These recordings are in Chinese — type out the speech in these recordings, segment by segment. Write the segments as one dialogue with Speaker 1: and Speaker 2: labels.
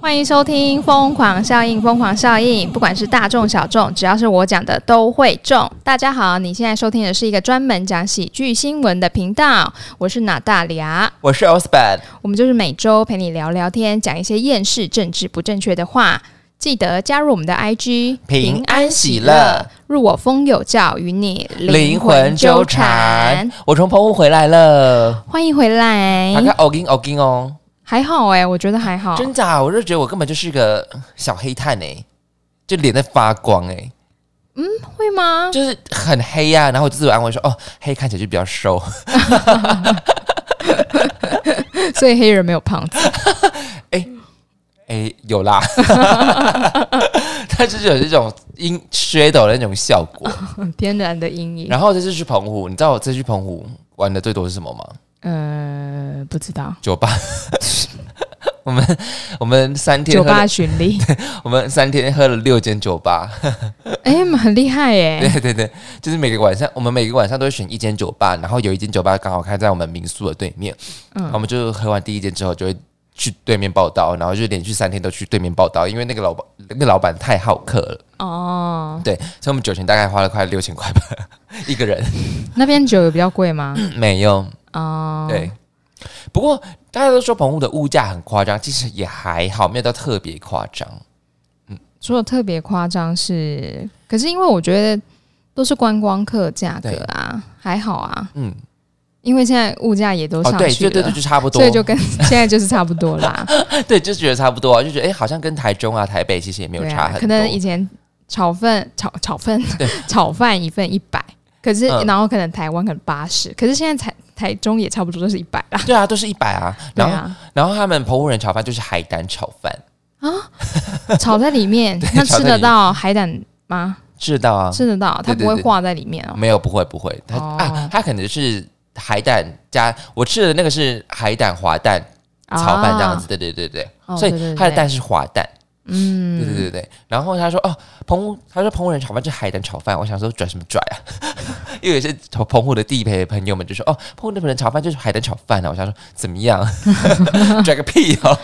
Speaker 1: 欢迎收听《疯狂效应》，疯狂效应，不管是大众小众，只要是我讲的都会中。大家好，你现在收听的是一个专门讲喜剧新闻的频道，我是娜大利亚，
Speaker 2: 我是 Osbad，
Speaker 1: 我们就是每周陪你聊聊天，讲一些厌世、政治不正确的话。记得加入我们的 IG，
Speaker 2: 平安喜乐，
Speaker 1: 入我风有教，与你
Speaker 2: 灵魂纠缠。。我从澎湖回来了，
Speaker 1: 欢迎回来
Speaker 2: 还，看欧金欧金哦，
Speaker 1: 还好哎、我觉得还好。
Speaker 2: 真假？我就觉得我根本就是个小黑炭哎、就脸在发光哎、
Speaker 1: 会吗？
Speaker 2: 就是很黑呀、啊。然后我就自我安慰说，哦，黑看起来就比较瘦。
Speaker 1: 所以黑人没有胖子。
Speaker 2: 哎、有啦， 但是就有这种阴 shadow 的那种效 果。
Speaker 1: 天然的阴影。
Speaker 2: 然后这次去澎湖，你知道我这次去澎湖玩的最多是什么吗？
Speaker 1: 呃，不知 道。
Speaker 2: 酒吧。我们我们三天
Speaker 1: 酒
Speaker 2: 喝了
Speaker 1: 吧巡 礼，
Speaker 2: 我们三天喝了六间酒吧，
Speaker 1: 哎、很厉害耶！
Speaker 2: 对对对，就是每个晚上，我们每个晚上都会选一间酒吧，然后有一间酒吧刚好开在我们民宿的对面，
Speaker 1: 嗯
Speaker 2: 嗯，我们就喝完第一间之后就会去对面报道，然后就连续三天都去对面报道，因为那个老板那个老板太好客了，
Speaker 1: 哦，
Speaker 2: 对，所以我们酒钱大概花了快六千块吧，一 个人
Speaker 1: 那边酒有比较贵 吗？
Speaker 2: 没有，
Speaker 1: 哦，
Speaker 2: 对，，不过大家都说澎湖的物价很夸张，其实也还好，没有到特别夸张，
Speaker 1: 说的特别夸张是，可是因为我觉得都是观光客价格啊，还好啊，
Speaker 2: 嗯，
Speaker 1: 因为现在物价也都
Speaker 2: 哦
Speaker 1: 上，
Speaker 2: 对
Speaker 1: 去
Speaker 2: 对对
Speaker 1: 了，
Speaker 2: 对，就差不多，
Speaker 1: 所以 就跟现在就是差不多啦，
Speaker 2: 对，就觉得差不多啊，就觉得哎、诶好像跟台中啊、台北其 实也没有
Speaker 1: 对
Speaker 2: 差
Speaker 1: 啊，
Speaker 2: 很多。
Speaker 1: 可能以前炒饭炒炒饭 炒饭一份一百，可是、
Speaker 2: 嗯
Speaker 1: 然后可能台湾可能八十，可是现在台台中也差不多都是一百啦，
Speaker 2: 对啊，都是一百啊。
Speaker 1: 对
Speaker 2: 然后、
Speaker 1: 啊。
Speaker 2: 然后他们澎湖人炒饭就是海胆炒饭，
Speaker 1: 炒在里面
Speaker 2: 对，
Speaker 1: 那
Speaker 2: 炒
Speaker 1: 吃
Speaker 2: 在
Speaker 1: 得
Speaker 2: 里面
Speaker 1: 到海胆吗？
Speaker 2: 知道啊？
Speaker 1: 吃得到，它
Speaker 2: 对对
Speaker 1: 不会
Speaker 2: 对
Speaker 1: 化在里面哦。
Speaker 2: 没有，不会不会，他、
Speaker 1: 哦
Speaker 2: 啊，他可能是海胆加我吃的那个是海胆滑蛋嗯炒饭这样子，对对对对。
Speaker 1: 啊，哦
Speaker 2: 所
Speaker 1: 对
Speaker 2: 以
Speaker 1: 对
Speaker 2: 它的
Speaker 1: 对
Speaker 2: 蛋是滑蛋，
Speaker 1: 嗯，
Speaker 2: 对对对对。然后他说哦，澎湖，他说澎湖人炒饭是海胆炒饭，我想说拽什么拽啊？ 因为有些澎澎湖的地陪朋友们就说哦，澎湖的人炒饭就是海胆炒饭啊，我想说怎么样， 拽个屁哦。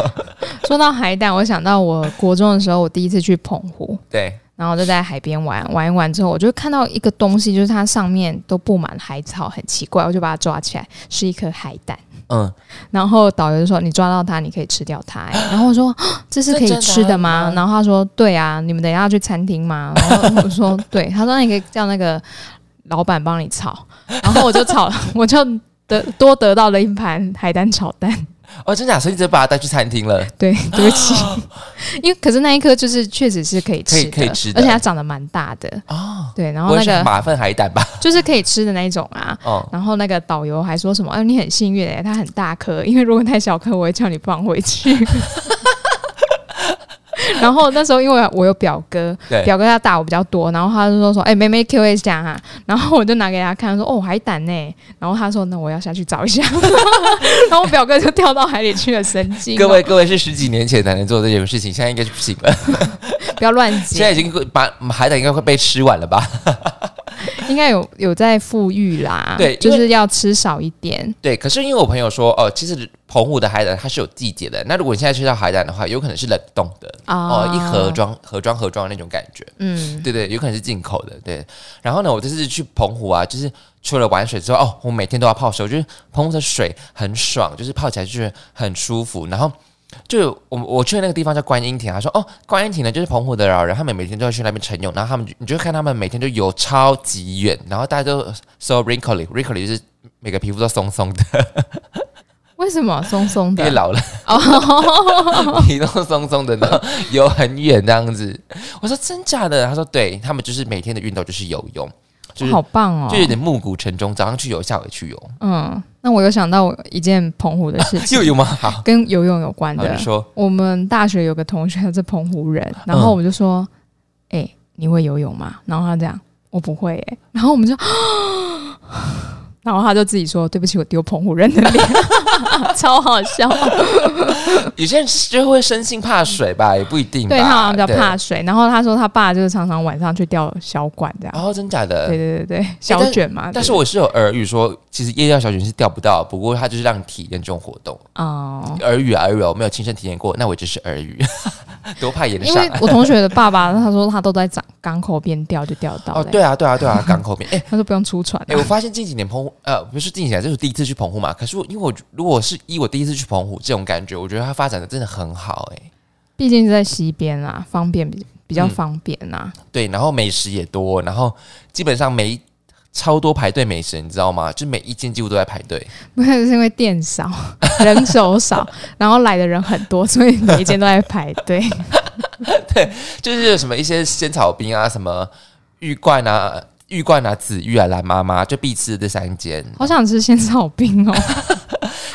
Speaker 1: 说到海胆，我想到我国中的时候，我第一次去澎湖，
Speaker 2: 对，
Speaker 1: 然后就在海边玩，玩一玩之后，我就看到一个东西，就是它上面都布满海草，很奇怪，我就把它抓起来，是一颗海胆。
Speaker 2: 嗯，
Speaker 1: 然后导游就说：“你抓到它，你可以吃掉它。” 欸然后我说啊：“这是可以吃的吗
Speaker 2: 这真的吗？”嗯
Speaker 1: 然后他说：“对啊，你们等一下要去餐厅 吗？”然后我说：“对。”他说：“那你可以叫那个老板帮你炒。” 然后我就炒，我就得多得到了一盘海胆炒蛋。
Speaker 2: 哦，真假？所以你直接把它带去餐厅了，
Speaker 1: 对，对不起，因为可是那一颗就是确实是可以吃的，
Speaker 2: 可以可以吃的
Speaker 1: 而且它长得蛮大的
Speaker 2: 哦。
Speaker 1: 对，然
Speaker 2: 不
Speaker 1: 后
Speaker 2: 会
Speaker 1: 那
Speaker 2: 是
Speaker 1: 个
Speaker 2: 马粪海胆 吧？
Speaker 1: 就是可以吃的那一种啊。
Speaker 2: 哦，
Speaker 1: 然后那个导游还说什么：“哎、你很幸运、欸，它很大颗，因为如果太小颗，我会叫你放回去。”然后那时候因为我有表哥，
Speaker 2: 对，
Speaker 1: 表哥他打我比较多，然后他就说说：“哎、妹妹 Q 一下哈。”然后我就拿给他看，说：“哦，海胆呢、然后他说：“那我要下去找一 下。”然后我表哥就掉到海里去了，神经哦！
Speaker 2: 各位各位是十几年前才能做这件事情，现在应该是不行 了。
Speaker 1: 不要乱
Speaker 2: 现在
Speaker 1: 接，
Speaker 2: 已经把海胆应该会被吃完了吧？
Speaker 1: 应该有有在富裕啦，
Speaker 2: 对
Speaker 1: 就
Speaker 2: 因
Speaker 1: 是要吃少一点。
Speaker 2: 对，可是因为我朋友说，哦，其实澎湖的海胆它是有季节的。那如果你现在吃到海胆的话，有可能是冷冻的
Speaker 1: 啊
Speaker 2: 哦，一盒装盒装盒装的那种感觉。
Speaker 1: 嗯，
Speaker 2: 对对，有可能是进口的。对，然后呢，我这次去澎湖啊，就是除了玩水之后，哦，我每天都要泡水，就是澎湖的水很爽，就是泡起来就是很舒服。然后就我我去的那个地方叫观音亭，他说哦，观音亭呢就是澎湖的老人，他们每天都会去那边晨泳，然后他们就你就看他们每天都游超级远，然后大家都 so wrinkly，wrinkly 就是每个皮肤都松松的，
Speaker 1: 为什么松松
Speaker 2: 因
Speaker 1: 的？
Speaker 2: 为
Speaker 1: 啊
Speaker 2: 老了
Speaker 1: 哦，
Speaker 2: 皮都松松的，然后游很远这样子。我说真假的？他说对，他们就是每天的运动就是游泳。就是
Speaker 1: 好棒哦
Speaker 2: 就！有点暮鼓晨钟，早上去游，下午也去游，
Speaker 1: 嗯，那我有想到一件澎湖的事情，
Speaker 2: 又游吗？好，
Speaker 1: 跟游泳有关
Speaker 2: 好
Speaker 1: 的
Speaker 2: 就。说嗯
Speaker 1: 我们大学有个同学他是澎湖人，然后我们就说：“哎、你会游泳吗？”然后他这样：“我不会、欸。”然后我们就， 然后他就自己说：“对不起，我丢澎湖人的脸， 超好笑。
Speaker 2: 有些人就会生性怕水吧，也不一”定吧。
Speaker 1: 对他好像比较
Speaker 2: 对
Speaker 1: 怕水，然后他说他爸就是常常晚上去钓小管这样。
Speaker 2: 哦，真假的？
Speaker 1: 对对对对，小卷嘛。
Speaker 2: 但
Speaker 1: 对
Speaker 2: 是我是有耳语说，其实夜钓小卷是钓不到，不过它就是让你体验这种活动。
Speaker 1: 哦，
Speaker 2: 耳语啊耳语啊，我没有亲身体验过，那我只是耳语， 多怕演得
Speaker 1: 因
Speaker 2: 上
Speaker 1: 为。 我同学的爸爸他说他都在港港口边钓就钓到
Speaker 2: 哦，
Speaker 1: 嘞
Speaker 2: 对啊，对啊，对啊，港口边。哎、
Speaker 1: 他说不用出船
Speaker 2: 哎、
Speaker 1: 啊
Speaker 2: 我发现近几年澎湖，呃，不是近几年，这是我第一次去澎湖嘛。可是我因为我如果是以我第一次去澎湖这种感觉，我觉得它发展的真的很好、哎，
Speaker 1: 毕竟是在西边啊，方便比比较方便啊。
Speaker 2: 对，然后美食也多，然后基本上每一超多排队美食，你知道吗？就每一间几乎都在排队。
Speaker 1: 不是是因为店少，人手 少，然后来的人很多，所以每一间都在排队。
Speaker 2: 就是有什么一些仙草冰啊，什么玉冠啊、玉冠啊、紫玉啊、蓝妈妈，就必吃的这三间。
Speaker 1: 好想吃仙草冰哦，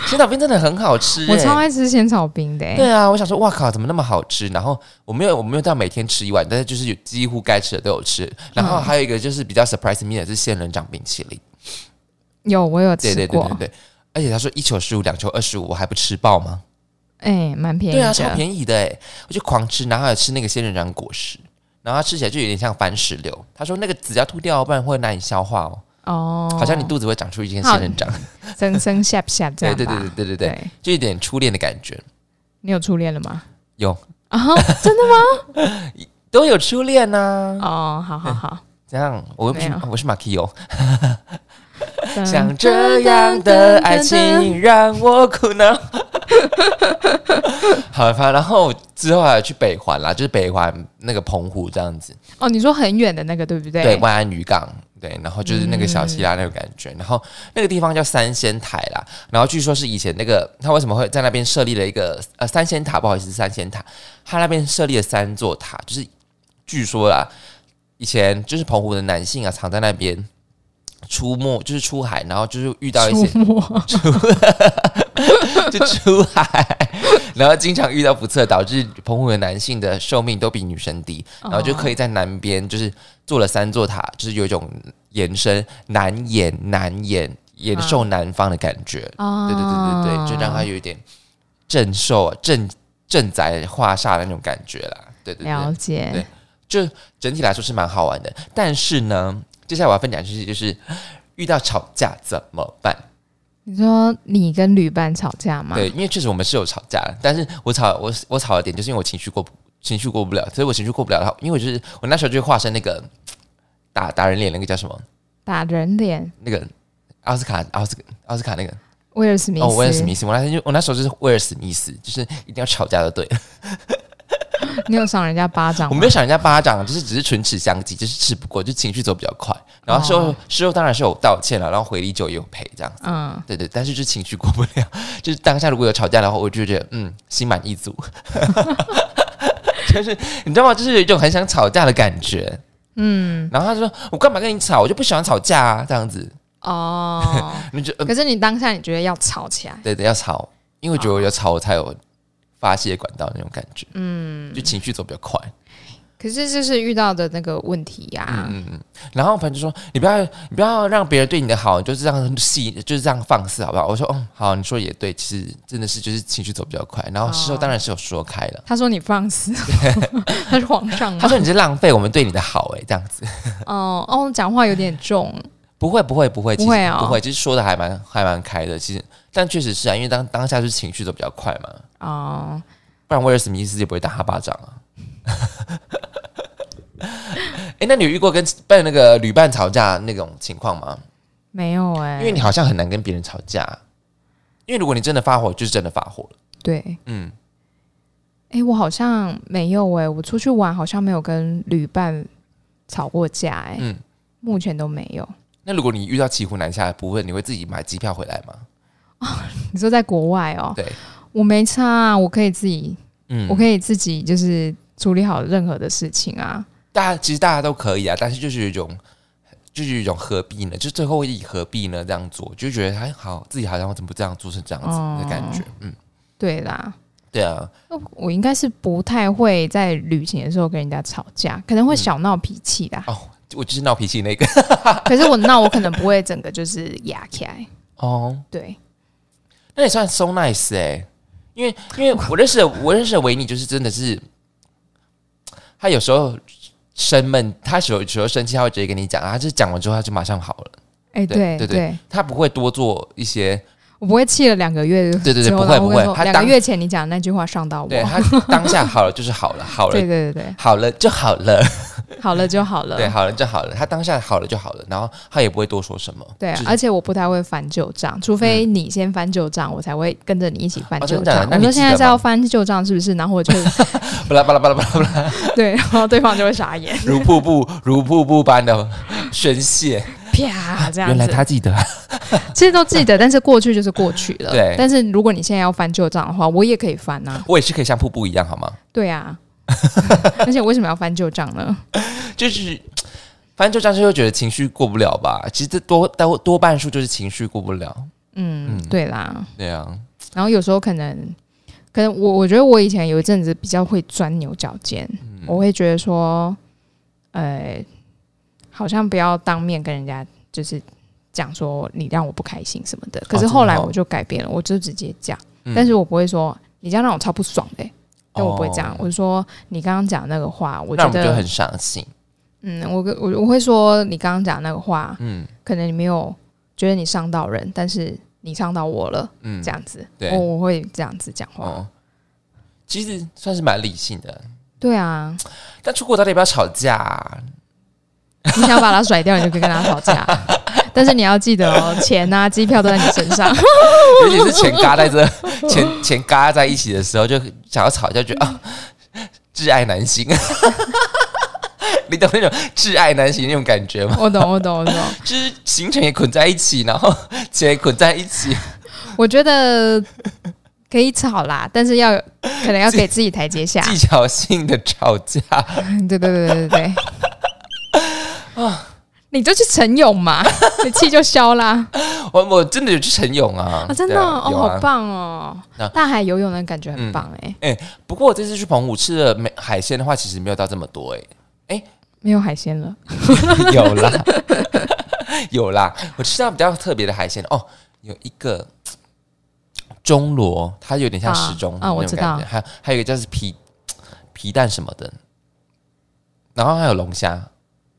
Speaker 2: 仙草冰真的很好吃、
Speaker 1: 我
Speaker 2: 欸
Speaker 1: 超爱吃仙草冰的、欸。
Speaker 2: 对啊，我想说，哇靠，怎么那么好吃？然后我没有，我没有到每天吃一碗，但是就是有几乎该吃的都有吃。然
Speaker 1: 嗯
Speaker 2: 后还有一个就是比较 surprise me 的是仙人掌冰淇淋，
Speaker 1: 有我有
Speaker 2: 对
Speaker 1: 吃
Speaker 2: 对对
Speaker 1: 过
Speaker 2: 对，对。而且他说一球十五，两球二十五，我还不吃爆吗？
Speaker 1: 哎，蛮、便宜
Speaker 2: 对
Speaker 1: 的。
Speaker 2: 啊，超便宜的哎，我就狂吃，然后还有吃那个仙人掌果实，然后它吃起来就有点像番石榴。他说那个籽要吐掉，不然会难以消化哦，
Speaker 1: 哦，
Speaker 2: 好像你肚子会长出一根仙人掌。
Speaker 1: 生生下下这
Speaker 2: 对
Speaker 1: 样吧。
Speaker 2: 对对对对对对，
Speaker 1: 对
Speaker 2: 就有点初恋的感觉。
Speaker 1: 你有初恋了吗？
Speaker 2: 有
Speaker 1: 啊、
Speaker 2: 都有初恋呐、啊，
Speaker 1: 哦，好好好，
Speaker 2: 这样我又不是
Speaker 1: 没有嗯
Speaker 2: 我是马 k 哦。
Speaker 1: 噔
Speaker 2: 像这样的爱，情让我苦恼。 好吧，反正然后之后还有去北环啦，就是北环那个澎湖这样子，
Speaker 1: 哦，你说很远的那个对不对？嗯
Speaker 2: 对，万安渔港，对，然后就是那个小溪啦那个感觉，然后那个地方叫三仙台啦，然后据说是以前那个他为什么会在那边设立了一个呃三仙塔，不好意思，是三仙塔，他那边设立了三座塔，就是据说啦，以前就是澎湖的男性啊，常在那边出没，就是出海，然后就是遇到一些
Speaker 1: 出没，
Speaker 2: 就出海，然后经常遇到不测，导致澎湖的男性的寿命都比女生低，
Speaker 1: 哦
Speaker 2: 然后就可以在南边就是做了三座塔，就是有一种延伸南延南延延寿南方的感觉，
Speaker 1: 哦，
Speaker 2: 对对对对对，就让他有一点镇寿镇镇宅化煞的那种感觉啦，对对对
Speaker 1: 了，解。
Speaker 2: 对就整体来说是蛮好玩的，但是呢，接下来我要分享的事情就是遇到吵架怎么办？
Speaker 1: 你说你跟旅伴吵架吗？
Speaker 2: 对，因为确实我们是有吵架的，但是我吵我我吵的点就是因为我情绪过不情绪过不了，所以我情绪过不了的话，因为我就是我那时候就化身那个打打人脸那个叫什么
Speaker 1: 打人脸，
Speaker 2: 那个奥斯卡奥斯奥斯卡那个
Speaker 1: 威尔史密斯，
Speaker 2: 哦威尔史密斯，我那天就我那时候就是威尔史密斯，就是一定要吵架的对了，
Speaker 1: 哦你有赏人家巴掌吗？
Speaker 2: 我没有想人家巴掌，就是只是唇齿相击，就是吃不过，就情绪走比较快，然后事后、
Speaker 1: 哦
Speaker 2: 事后当然是有道歉了，然后回礼酒也有赔这样 子。
Speaker 1: 嗯，
Speaker 2: 对对，但是就情绪过不了，就是当下如果有吵架的话，我就觉得嗯，心满意足， 就是你知道吗？就是有一种很想吵架的感觉。嗯，然后他就说：“我干嘛跟你吵？我就不喜欢吵架啊。”这样子，
Speaker 1: 哦，
Speaker 2: 你就、呃、
Speaker 1: 可是你当下你觉得要吵起来，
Speaker 2: 对对要吵，因为我觉得我有吵，我才有发泄管道那种感觉。嗯，就情绪走比较快。
Speaker 1: 可是就是遇到的那个问题呀、
Speaker 2: 嗯嗯。然后朋友就说：“你不要，你不要让别人对你的好，你就是这样细，就是这样放肆，好不好？”我说：“嗯，好，你说也对，其实真的是就是情绪走比较快。”然后事后当然是有说开了。
Speaker 1: 他说你放 肆，他是皇上
Speaker 2: 他
Speaker 1: 吗？
Speaker 2: 说你是浪费我们对你的好哎、这样子
Speaker 1: 哦哦，讲话有点重，
Speaker 2: 不会不会不会，其实
Speaker 1: 不会哦
Speaker 2: 不会，其实说的还蛮还蛮开的，其实但确实是啊，因为当当下是情绪走比较快嘛，
Speaker 1: 哦，
Speaker 2: 不然威尔史密斯也不会打他巴掌啊。 哎、那你有遇过跟被那个旅伴吵架那种情况吗？
Speaker 1: 没有哎、
Speaker 2: 因为你好像很难跟别人吵架，啊因为如果你真的发火，就是真的发火了。
Speaker 1: 对，
Speaker 2: 嗯，
Speaker 1: 哎、我好像没有哎、我出去玩好像没有跟旅伴吵过架哎、
Speaker 2: 嗯
Speaker 1: 目前都没有。
Speaker 2: 那如果你遇到骑虎难下的部分，你会自己买机票回来吗？
Speaker 1: 你说在国外哦，
Speaker 2: 对，
Speaker 1: 我没差、啊，我可以自己，
Speaker 2: 嗯
Speaker 1: 我可以自己就是处理好任何的事情啊。
Speaker 2: 大家其实大家都可以啊，但是就是有一种，就是有一种何必呢？就最后以何必呢这样做，就觉得哎好，自己好像怎么不这样做成这样子的感觉，嗯，
Speaker 1: 对啦，
Speaker 2: 对啊，
Speaker 1: 我
Speaker 2: 嗯
Speaker 1: 应该是不太会在旅行的时候跟人家吵架，可能会小闹脾气啦。
Speaker 2: 哦，我就是闹脾气那个
Speaker 1: 可是我那我可能不会整个就是压起来，
Speaker 2: 哦。
Speaker 1: 对，
Speaker 2: 那也算 so nice 哎、因为因为我认识的我认识的维尼就是真的是，他有时候生闷，他有时候生气他会直接跟你讲，他就是讲完之后他就马上好了，
Speaker 1: 哎、
Speaker 2: 对
Speaker 1: 对
Speaker 2: 对对他不会多做一些，
Speaker 1: 我不会气了两个月之后，
Speaker 2: 对对对不会
Speaker 1: 然后
Speaker 2: 不
Speaker 1: 我
Speaker 2: 会
Speaker 1: 说
Speaker 2: 他
Speaker 1: 两个
Speaker 2: 当
Speaker 1: 月前你讲的那句话伤到我，
Speaker 2: 对他当下好了就是好了，好
Speaker 1: 对
Speaker 2: 了
Speaker 1: 对对
Speaker 2: 好了就好了，
Speaker 1: 对，好了就好了，
Speaker 2: 对，好了就好了，他当下好了就好了，然后他也不会多说什么，
Speaker 1: 对啊
Speaker 2: 就是
Speaker 1: 而且我不太会翻旧账，除非你先翻旧账，我才会跟着你一起翻
Speaker 2: 哦
Speaker 1: 旧
Speaker 2: 真的假
Speaker 1: 账。
Speaker 2: 的那
Speaker 1: 我
Speaker 2: 你
Speaker 1: 说
Speaker 2: 记
Speaker 1: 现在
Speaker 2: 得
Speaker 1: 是要
Speaker 2: 吗
Speaker 1: 翻旧账是不是？然后我 就
Speaker 2: 巴拉巴拉巴拉巴拉 巴拉，
Speaker 1: 对，然后对方就会傻眼，
Speaker 2: 如瀑布如瀑布般的宣泄，
Speaker 1: 啪这样
Speaker 2: 原来
Speaker 1: 子。
Speaker 2: 他记得，
Speaker 1: 其实都记得，但是过去就是过去了。
Speaker 2: 对
Speaker 1: 但是如果你现在要翻旧账的话，我也可以翻啊。
Speaker 2: 我也是可以像瀑布一样好吗？
Speaker 1: 对 啊，而且我为什么要翻旧账呢？
Speaker 2: 就是，反正就张师又觉得情绪过不了吧。其实这多多多半数就是情绪过不了。
Speaker 1: 嗯，
Speaker 2: 嗯
Speaker 1: 对啦。
Speaker 2: 对啊，
Speaker 1: 然后有时候可能，可能我我觉得我以前有一阵子比较会钻牛角尖，
Speaker 2: 嗯
Speaker 1: 我会觉得说，呃，好像不要当面跟人家就是讲说你让我不开心什么的。可是
Speaker 2: 真的
Speaker 1: 后来
Speaker 2: 哦
Speaker 1: 我就改变了，我就直接讲，
Speaker 2: 嗯
Speaker 1: 但是我不会说你这样让我超不爽的、欸。但我不会这样，
Speaker 2: 哦
Speaker 1: 我就说你刚刚讲那个话，我
Speaker 2: 那
Speaker 1: 觉
Speaker 2: 我们就
Speaker 1: 得
Speaker 2: 很伤心。
Speaker 1: 嗯，我跟我我会说你刚刚讲那个话，
Speaker 2: 嗯
Speaker 1: 可能你没有觉得你伤到人，但是你伤到我了，
Speaker 2: 嗯
Speaker 1: 这，样子，
Speaker 2: 对
Speaker 1: 我我会这样子讲话。
Speaker 2: 哦，其实算是蛮理性的。
Speaker 1: 对啊，
Speaker 2: 但出国到底要不要吵架、啊？
Speaker 1: 你想把他甩掉，你就可以跟他吵 架，但是你要记得哦，钱啊、机票都在你身 上。
Speaker 2: 尤其是钱嘎在这钱钱嘎在一起的时候，就想要吵架，觉得啊，挚爱难行。 你懂那种挚爱难行那种感觉吗？
Speaker 1: 我懂，我懂，我懂。
Speaker 2: 就是行程也捆在一起，然后钱也捆在一起，
Speaker 1: 啊我觉得可以吵啦，但是要可能要给自己台阶 下。
Speaker 2: 技巧性的吵架。
Speaker 1: 对对对对对对。啊，
Speaker 2: 啊
Speaker 1: 你就去晨泳嘛，你气就消啦。
Speaker 2: 我我真的有去晨泳啊，
Speaker 1: 啊，真的
Speaker 2: 对
Speaker 1: 哦，
Speaker 2: 啊
Speaker 1: 哦
Speaker 2: 有
Speaker 1: 好
Speaker 2: 啊。
Speaker 1: 棒哦
Speaker 2: 那！嗯
Speaker 1: 大海游泳的感觉很棒哎，
Speaker 2: 不过我这次去澎湖吃的美海鲜的话，其实没有到这么多哎、
Speaker 1: 没有海鲜了。
Speaker 2: 有啦，有啦，我吃到比较特别的海鲜哦，有一个钟螺，它有点像
Speaker 1: 啊
Speaker 2: 时钟
Speaker 1: 啊我
Speaker 2: 那
Speaker 1: 知
Speaker 2: 种
Speaker 1: 道
Speaker 2: 感觉，还有还有一个叫是皮皮蛋什么的，然后还有龙虾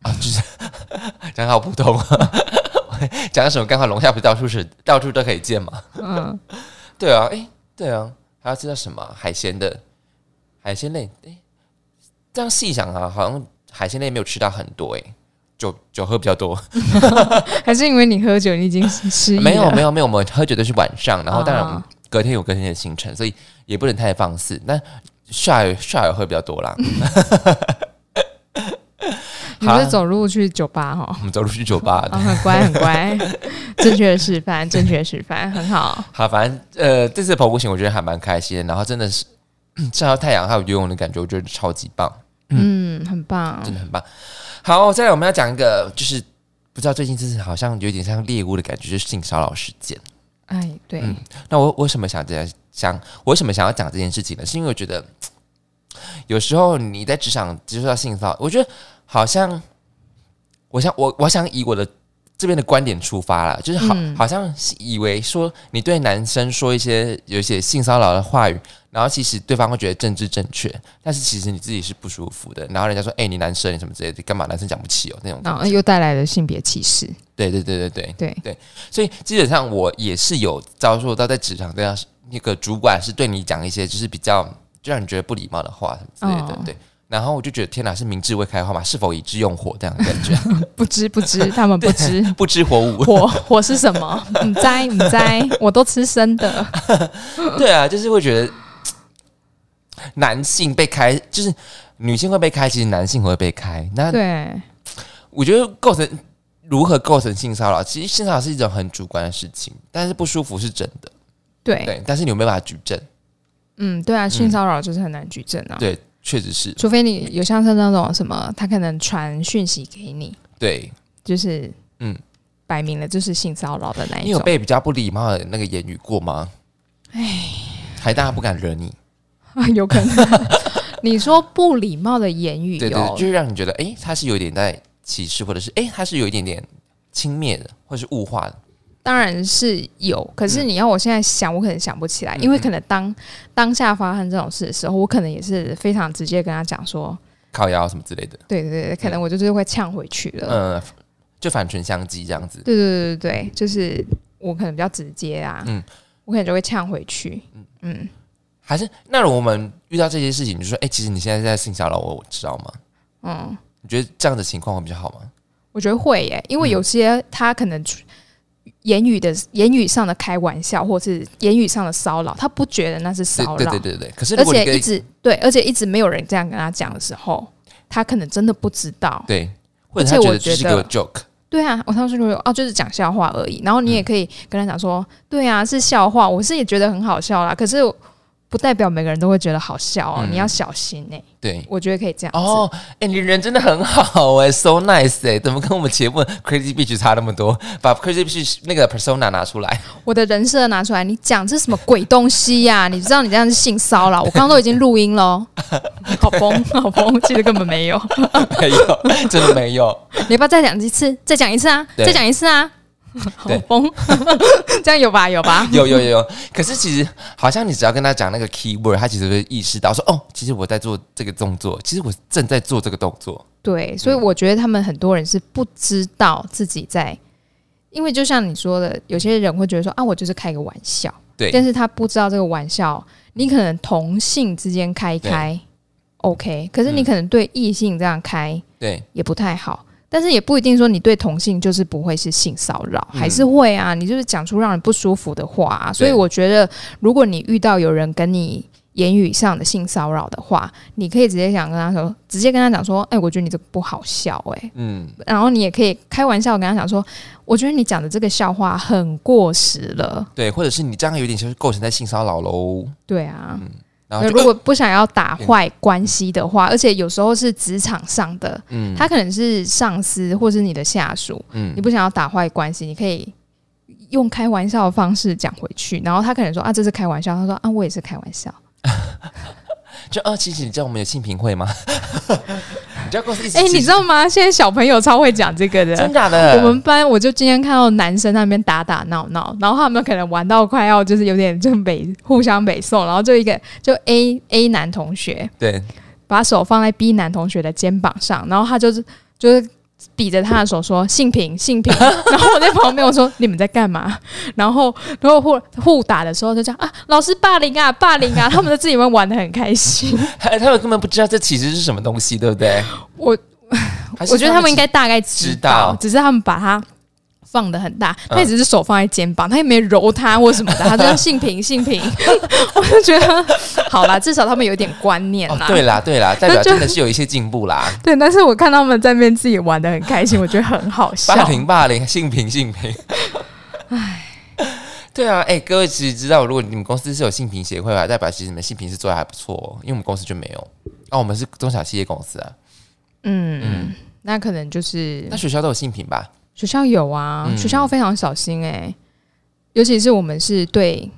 Speaker 2: 啊，就是 讲好普通 啊，讲什么刚好龙虾不是到处是到处都可以见嘛，
Speaker 1: 嗯，
Speaker 2: 对啊，哎、对啊，还要吃到什么啊海鲜的海鲜类？哎、这样细想啊，好像海鲜类没有吃到很多哎、酒酒喝比较多，
Speaker 1: 还是因为你喝酒，你已经失忆了。
Speaker 2: 啊没有没有没有，我们喝酒都是晚上，然后当然我们
Speaker 1: 啊
Speaker 2: 隔天有隔天的行程，所以也不能太放肆。那下雨下雨喝比较多啦，
Speaker 1: 你不是走路去酒吧哈、哦？
Speaker 2: 我们走路去 酒吧。
Speaker 1: 啊，很乖，很乖，正确的示范，正确的示范，很好。
Speaker 2: 好，反正呃，这次的跑步行我觉得还蛮开心的，然后真的是晒到太阳还有游泳的感觉，我觉得超级棒。
Speaker 1: 嗯，很棒。
Speaker 2: 真的很棒。好，再来我们要讲一个，就是不知道最近这是好像有点像猎物的感觉，就是性骚扰事件。
Speaker 1: 哎，对，
Speaker 2: 嗯那我为什么想这样想？我为什么想要讲这件事情呢？是因为我觉得有时候你在职场接触到性骚扰，我觉得好像，我想我我想以我的这边的观点出发啦，就是好、
Speaker 1: 嗯
Speaker 2: 好像是以为说你对男生说一些有一些性骚扰的话语，然后其实对方会觉得政治正确，但是其实你自己是不舒服的，然后人家说哎、你男生你什么之类的，干嘛男生讲不起哦那种，
Speaker 1: 然后又带来了性别歧视。
Speaker 2: 对对对对对，
Speaker 1: 对，
Speaker 2: 所以基本上我也是有遭受到在职场这样那个主管是对你讲一些就是比较就让你觉得不礼貌的话什么之类的，
Speaker 1: 哦
Speaker 2: 对。然后我就觉得天哪，是明智未开化嘛？是否以智用火这样的感 觉？
Speaker 1: 不知不知，他们不知
Speaker 2: 不知火舞。
Speaker 1: 火火是什么？唔摘唔摘，我都吃生 的。
Speaker 2: 对啊，就是会觉得嗯男性被开，就是女性会被开，其实男性会被开。那
Speaker 1: 对，
Speaker 2: 我觉得构成如何构成性骚扰，其实性骚扰是一种很主观的事情，但是不舒服是真的，
Speaker 1: 对，
Speaker 2: 对。但是你有没有办法举证？
Speaker 1: 嗯，对啊，性骚扰就是很难举证啊。
Speaker 2: 对，确实是
Speaker 1: 除非你有像是那种什么，他可能传讯息给你，
Speaker 2: 对。
Speaker 1: 就是嗯
Speaker 2: 嗯，
Speaker 1: 摆明了就是性骚扰的那
Speaker 2: 你
Speaker 1: 一
Speaker 2: 有
Speaker 1: 种。
Speaker 2: 被比较不礼貌的那个言语过吗？哎，还大家不敢惹你，
Speaker 1: 啊， 有可能。你说不礼貌的言语
Speaker 2: 对对
Speaker 1: 有
Speaker 2: 对，就是让你觉得，哎、他是有点在歧视，或者是哎、他是有一点点轻蔑的，或是物化的。
Speaker 1: 当然是有，可
Speaker 2: 嗯
Speaker 1: 是你要我现在想，我可能想不起来，因为可能当当下发生这种事的时候，我可能也是非常直接跟他讲说，
Speaker 2: 靠腰什么之类的，
Speaker 1: 对对对，可能我就是会呛回去了。
Speaker 2: 嗯、就反唇相讥这样子。
Speaker 1: 对对对对对，就是我可能比较直接啊，
Speaker 2: 嗯
Speaker 1: 我可能就会呛回去。嗯，
Speaker 2: 还是那我们遇到这些事情，你就说，哎、其实你现在在性骚扰我，我知道吗？
Speaker 1: 嗯，
Speaker 2: 你觉得这样的情况会比较好吗？
Speaker 1: 我觉得会耶，因为有些他可能言语的言语上的开玩笑，或是言语上的骚扰，他不觉得那是
Speaker 2: 对
Speaker 1: 骚扰，
Speaker 2: 对对对对。可是
Speaker 1: 而
Speaker 2: 如果你
Speaker 1: 且一
Speaker 2: 跟
Speaker 1: 直对，而且一直没有人这样跟他讲的时候，他可能真的不知道。
Speaker 2: 对，或者
Speaker 1: 而
Speaker 2: 他
Speaker 1: 且
Speaker 2: 觉
Speaker 1: 我
Speaker 2: 得就是
Speaker 1: 觉
Speaker 2: 一
Speaker 1: 得
Speaker 2: 个 joke，
Speaker 1: 对啊，我当时就有哦，就是讲笑话而已。然后
Speaker 2: 嗯
Speaker 1: 你也可以跟他讲说，对啊，是笑话，我是也觉得很好笑啦。可是不代表每个人都会觉得好笑哦，
Speaker 2: 嗯
Speaker 1: 你要小心哎、
Speaker 2: 对。
Speaker 1: 我觉得可以这样子。
Speaker 2: 哦，哎、你人真的很好哎、s o nice 哎、怎么跟我们节目 Crazy Beach 差那么多？把 Crazy Beach 那个 persona 拿出来，
Speaker 1: 我的人设拿出来，你讲这什么鬼东西呀、你知道你这样是性骚扰，我刚刚都已经录音喽。好崩，好崩，其实根本没有。
Speaker 2: 没有，真的没有。
Speaker 1: 你要不要再讲一次？再讲一次啊！
Speaker 2: 对
Speaker 1: 再讲一次啊！好
Speaker 2: 对
Speaker 1: 崩， 这样有吧？有吧？
Speaker 2: 有有有有，可是其实好像你只要跟他讲那个 keyword，他其实会意识到说，哦，其实我在做这个动作，其实我正在做这个动作。
Speaker 1: 对，所以
Speaker 2: 嗯
Speaker 1: 我觉得他们很多人是不知道自己在，因为就像你说的，有些人会觉得说啊，我就是开个玩笑，但
Speaker 2: 对，
Speaker 1: 是他不知道这个玩笑，你可能同性之间开一开，OK，可是你
Speaker 2: 嗯
Speaker 1: 可能对异性这样开
Speaker 2: 对，
Speaker 1: 也不太好。但是也不一定说你对同性就是不会是性骚扰，
Speaker 2: 嗯
Speaker 1: 还是会啊，你就是讲出让人不舒服的话、啊。所以我觉得，如果你遇到有人跟你言语上的性骚扰的话，你可以直接讲跟他说，直接跟他讲说，哎、我觉得你这个不好笑、哎。
Speaker 2: 嗯，
Speaker 1: 然后你也可以开玩笑跟他讲说，我觉得你讲的这个笑话很过时了，
Speaker 2: 对，或者是你这样有点就是构成在性骚扰喽。
Speaker 1: 对啊。
Speaker 2: 嗯然后
Speaker 1: 那
Speaker 2: 就
Speaker 1: 如果不想要打坏关系的话，而且有时候是职场上的，
Speaker 2: 嗯
Speaker 1: 他可能是上司或是你的下属，
Speaker 2: 嗯
Speaker 1: 你不想要打坏关系，你可以用开玩笑的方式讲回去，然后他可能说啊这是开玩笑，他说啊我也是开玩笑，
Speaker 2: 就啊，其实你知道我们有性平会吗？ 你知道公司一直
Speaker 1: 哎、你知道吗？现在小朋友超会讲这个
Speaker 2: 啊
Speaker 1: 的。
Speaker 2: 真假的？
Speaker 1: 我们班我就今天看到男生那边打打闹闹，然后他们可能玩到快要就是有点就北互相北送，然后就一个就 A A 男同学
Speaker 2: 对
Speaker 1: 把手放在 B 男同学的肩膀上，然后他就是就是比着他的手说“性平，性平”， 然后我在旁边我说：“你们在干嘛？”然后然后互互打的时候就讲啊，老师霸凌啊，霸凌啊，他们在自己们玩的很开心。
Speaker 2: 他他们根本不知道这其实是什么东西，对不对？
Speaker 1: 我
Speaker 2: 还是
Speaker 1: 我觉得他们应该大概知
Speaker 2: 知道
Speaker 1: 只是他们把它放的很大，
Speaker 2: 嗯
Speaker 1: 他也只是手放在肩膀，他也没揉它或什么的，他就叫性平性平。 我就觉得好啦，至少他们有点观念
Speaker 2: 哦
Speaker 1: 啦。，
Speaker 2: 对啦对啦，代表
Speaker 1: 就
Speaker 2: 真的是有一些进步啦。
Speaker 1: 对，但是我看他们在那边自己玩的很开心，我觉得很好 笑。
Speaker 2: 霸凌霸凌， 性平性平。唉，对啊，哎、各位其实知道，如果你们公司是有性平协会吧，代表其实你们性平是做的还不错、哦，因为我们公司就没有。哦，我们是中小企业公司啊，
Speaker 1: 嗯，那可能就是
Speaker 2: 那学校都有性平吧？
Speaker 1: 学校有啊，
Speaker 2: 嗯
Speaker 1: 学校非常小心哎、尤其是我们是对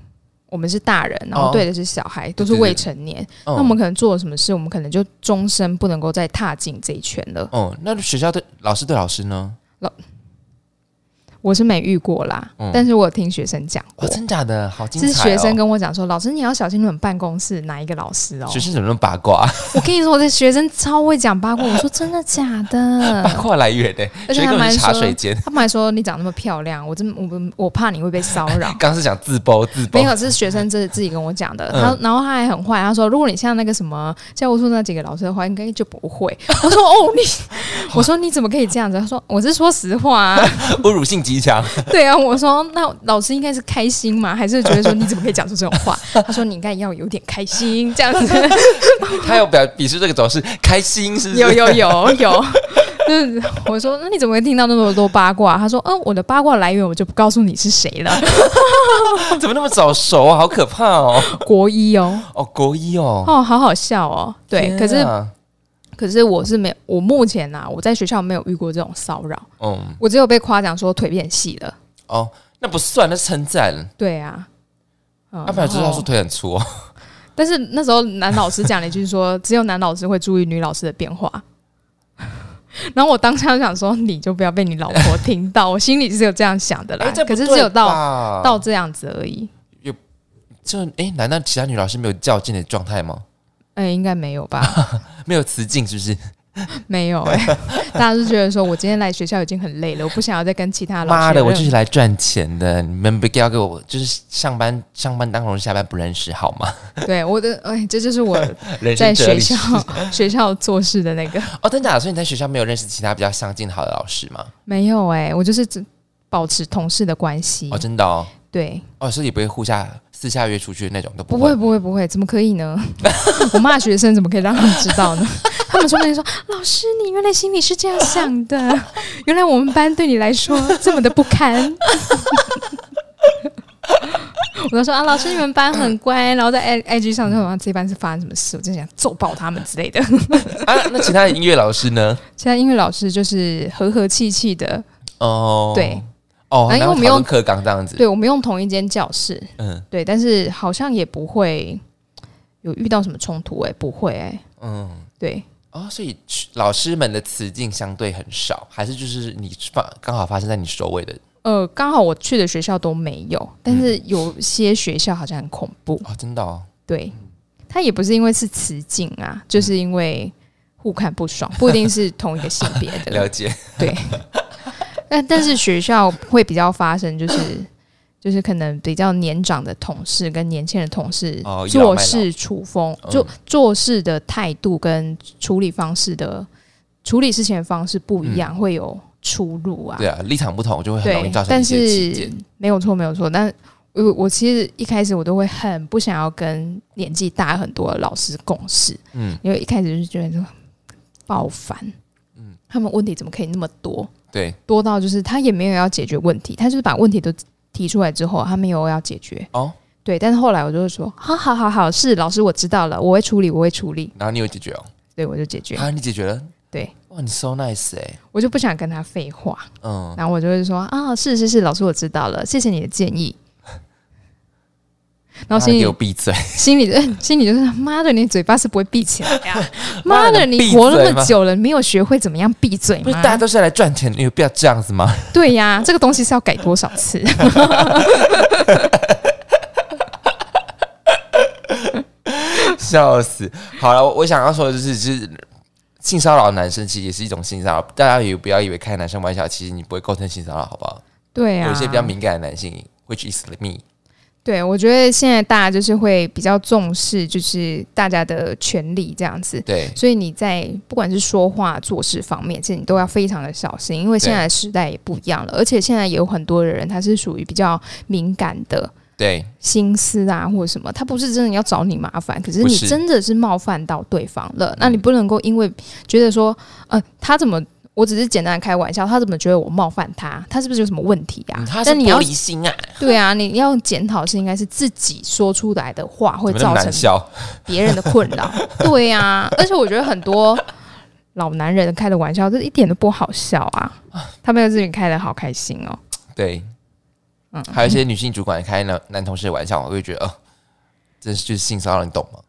Speaker 1: 我们是大人，然后
Speaker 2: 哦
Speaker 1: 对的是小孩，都是
Speaker 2: 对对对哦
Speaker 1: 未成年。
Speaker 2: 嗯
Speaker 1: 那我们可能做了什么事，我们可能就终身不能够再踏进这一圈了。
Speaker 2: 哦，那学校对老师对老师呢？
Speaker 1: 我是没遇过啦，
Speaker 2: 嗯
Speaker 1: 但是我有听学生讲过
Speaker 2: 哦，，真假的，好精彩、
Speaker 1: 是
Speaker 2: 哦！
Speaker 1: 学生跟我讲说，老师你要小心你们办公室哪一个老师哦。
Speaker 2: 学生怎么那么八卦？啊
Speaker 1: 我跟你说，我的学生超会讲八卦， 我说真的假
Speaker 2: 八
Speaker 1: 的？
Speaker 2: 卦来源呢、
Speaker 1: 嗯而且
Speaker 2: 欸？所
Speaker 1: 他
Speaker 2: 以
Speaker 1: 们
Speaker 2: 根本
Speaker 1: 还
Speaker 2: 是
Speaker 1: 说
Speaker 2: 茶水间。
Speaker 1: 他们还说你长那么漂亮，我真我不我怕你会被骚扰。
Speaker 2: 刚刚是讲自包自包
Speaker 1: 没，有，是学生自自己跟我讲
Speaker 2: 嗯
Speaker 1: 的。他、然后他还很坏，他说如果你像那个什么教务处那几个老师的话，应该就不会。 我说哦， 你，我说你怎么可以这样子？他说我是说实话、啊，
Speaker 2: 侮辱性极强。
Speaker 1: 对啊。我说那老师应该是开心嘛，还是觉得说你怎么可以讲出这种话？他说你应该要有点开心这样 子。
Speaker 2: 他有表鄙视这个走势，开心是不是？
Speaker 1: 有有有有。就是我说，那你怎么会听到那么多八卦？他说，嗯，我的八卦来源我就不告诉你是谁了。
Speaker 2: 怎么那么早熟啊？好可怕哦！
Speaker 1: 国一哦，
Speaker 2: 哦，国一哦，
Speaker 1: 哦，好好笑哦。对，
Speaker 2: 天啊
Speaker 1: 可是可是我是没有，我目前啊，我在学校没有遇过这种骚扰，
Speaker 2: 嗯
Speaker 1: 我只有被夸奖说腿变细了。
Speaker 2: 哦，那不算，那是称赞。
Speaker 1: 对啊，嗯
Speaker 2: 阿表知道说
Speaker 1: 然后
Speaker 2: 腿很粗哦，
Speaker 1: 但是那时候男老师讲了一句说，只有男老师会注意女老师的变化。然后我当下就想说，你就不要被你老婆听到，我心里是有这样想的啦。
Speaker 2: 哎，这
Speaker 1: 可
Speaker 2: 不
Speaker 1: 是只
Speaker 2: 对
Speaker 1: 有到
Speaker 2: 吧
Speaker 1: 到这样子而已，
Speaker 2: 就哎，难道其他女老师没有较劲的状态吗？
Speaker 1: 哎、应该没有 吧？
Speaker 2: 没有雌竞是不是？
Speaker 1: 没有哎、大家就觉得说我今天来学校已经很累了，我不想要再跟其啊他老师
Speaker 2: 妈的，
Speaker 1: 有
Speaker 2: 我
Speaker 1: 任
Speaker 2: 就是来赚钱的，你们不要给我就是上班上班当荣，下班不认识好吗？
Speaker 1: 对我的哎，这就是我
Speaker 2: 人
Speaker 1: 在
Speaker 2: 生哲
Speaker 1: 学
Speaker 2: 理
Speaker 1: 校 学校做事的那个
Speaker 2: 哦，真的啊、所以你在学校没有认识其他比较相近好的老师吗？
Speaker 1: 没有哎、我就是只保持同事的关系，
Speaker 2: 哦，真的哦，
Speaker 1: 对，
Speaker 2: 哦，所以也不会互相私下约出去那种都
Speaker 1: 不
Speaker 2: 会
Speaker 1: 会不会不会，怎么可以 呢？我骂学生怎么可以让他们知道呢？ 他们说不定说老师，你原来心里是这样想的，原来我们班对你来说这么的不堪。 我就说啊，老师你们班很乖，然后在 i i g 上就说啊这班是发生什么事，我真想揍爆他们之类的。
Speaker 2: 啊。那其他的音乐老师呢？
Speaker 1: 现在音乐老师就是和和气气的，
Speaker 2: 哦，
Speaker 1: 对，
Speaker 2: 哦，
Speaker 1: 啊因为
Speaker 2: 然后
Speaker 1: 我们
Speaker 2: 讨
Speaker 1: 用
Speaker 2: 论课纲这样子，
Speaker 1: 对我们用同一间教室，
Speaker 2: 嗯
Speaker 1: 对，但是好像也不会有遇到什么冲突、欸，不会、欸，
Speaker 2: 嗯，
Speaker 1: 对，
Speaker 2: 哦，所以老师们的词境相对很少，还是就是你发刚好发生在你首尾的
Speaker 1: 呃，刚好我去的学校都没有，但是有些学校好像很恐怖，
Speaker 2: 哦，真的哦，
Speaker 1: 对，他也不是因为是雌竞啊，就是因为互看不 爽，不一定是同一个性别
Speaker 2: 了
Speaker 1: 的，
Speaker 2: 解，
Speaker 1: 对，但但是学校会比较发生 就是。就是可能比较年长的同事跟年轻的同事
Speaker 2: 哦倚老
Speaker 1: 做
Speaker 2: 卖老
Speaker 1: 事处风，
Speaker 2: 嗯
Speaker 1: 就做事的态度跟处理方式的处理事情的方式不一样，会有出入啊。
Speaker 2: 嗯对啊，立场不同就会很容易造成
Speaker 1: 但
Speaker 2: 一些
Speaker 1: 是
Speaker 2: 歧见，
Speaker 1: 没有错，没有错。但我我其实一开始我都会很不想要跟年纪大很多的老师共事，
Speaker 2: 嗯，
Speaker 1: 因为一开始就觉得说爆烦，嗯，他们问题怎么可以那么多，
Speaker 2: 对，
Speaker 1: 多到就是他也没有要解决问题，他就是把问题都提出来之后，他没有要解决。
Speaker 2: 哦，
Speaker 1: 对，但是后来我就会说，好好好好，是老师我知道了，我会处理，我会处理，
Speaker 2: 然后你有解决哦，
Speaker 1: 所以我就解决，
Speaker 2: 啊，你解决了，
Speaker 1: 对，
Speaker 2: 哇，你 so nice 哎，
Speaker 1: 我就不想跟他废话。
Speaker 2: 嗯，
Speaker 1: 然后我就会说啊，是是是，老师我知道了，谢谢你的建议。然后心里
Speaker 2: 妈的啊给我闭嘴，
Speaker 1: 心里就 心里就是妈的，你嘴巴是不会闭起来 呀、妈的，
Speaker 2: 你
Speaker 1: 你
Speaker 2: 闭
Speaker 1: 活那
Speaker 2: 嘴
Speaker 1: 么
Speaker 2: 吗
Speaker 1: 久了，没有学会怎么样闭嘴
Speaker 2: 不是
Speaker 1: 吗
Speaker 2: 大？家都是来赚钱，你有必要这样子吗？
Speaker 1: 对呀、这个东西是要改多少次？
Speaker 2: 笑死！好了，我我想要说的就是，就是性骚扰男生其实也是一种性骚扰，大家也不要以为开男生玩笑，其实你不会构成性骚扰，好不好？
Speaker 1: 对啊呀、
Speaker 2: 有一些比较敏感的男性，which is me，
Speaker 1: 对，我觉得现在大家就是会比较重视，就是大家的权利这样子。
Speaker 2: 对
Speaker 1: 所以你在不管是说话、做事方面，其实你都要非常的小心，因为现在的时代也不一样了，而且现在也有很多的人他是属于比较敏感的
Speaker 2: 对，
Speaker 1: 心思啊，或者什么，他不是真的要找你麻烦，可是
Speaker 2: 不
Speaker 1: 你
Speaker 2: 是嗯
Speaker 1: 真的是冒犯到对方了，那你不能够因为觉得说，呃，他怎么？我只是简单地开玩笑，他怎么觉得我冒犯他？他是不是有什么问题啊？
Speaker 2: 嗯他是
Speaker 1: 但你要
Speaker 2: 玻璃心啊，
Speaker 1: 对啊，你要检讨是应该是自己说出来的话会
Speaker 2: 怎么那么
Speaker 1: 造成
Speaker 2: 难笑？
Speaker 1: 别人的困 扰。对啊，而且我觉得很多老男人开的玩笑，这一点都不好笑啊。他们自己开的好开心哦。
Speaker 2: 对，
Speaker 1: 嗯
Speaker 2: 还有一些女性主管开男男同事的玩笑，我会觉得，哦，这是就是性骚扰，你懂吗？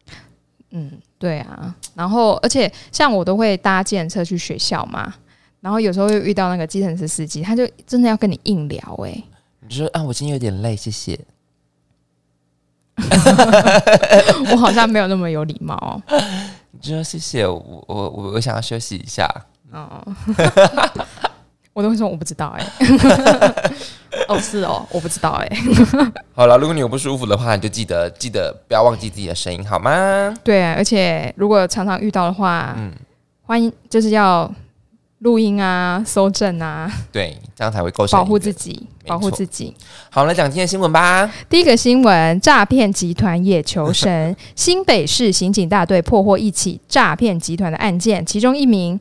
Speaker 1: 嗯，对啊。然后，而且像我都会搭建车去学校嘛，然后有时候会遇到那个计程车司机，他就真的要跟你硬聊哎、
Speaker 2: 你就说啊，我今天有点累，谢谢。
Speaker 1: 我好像没有那么有礼貌 哦。
Speaker 2: 你就说谢谢，我我我我想要休息一下。
Speaker 1: 哦， 我都会说我不知道哎、 哦，是哦，我不知道哎、
Speaker 2: 好了，如果你有不舒服的话，你就记得记得不要忘记自己的声音，好吗？
Speaker 1: 对啊，而且如果常常遇到的话，
Speaker 2: 嗯
Speaker 1: 欢迎就是要录音啊、搜证啊，
Speaker 2: 对，这样才会构成
Speaker 1: 保护
Speaker 2: 一个
Speaker 1: 自己，
Speaker 2: 没错
Speaker 1: 保护自己。
Speaker 2: 好，我们来讲今天的新闻吧。
Speaker 1: 第一个新闻：诈骗集团也求神。 新北市刑警大队破获一起诈骗集团的案件，其中一名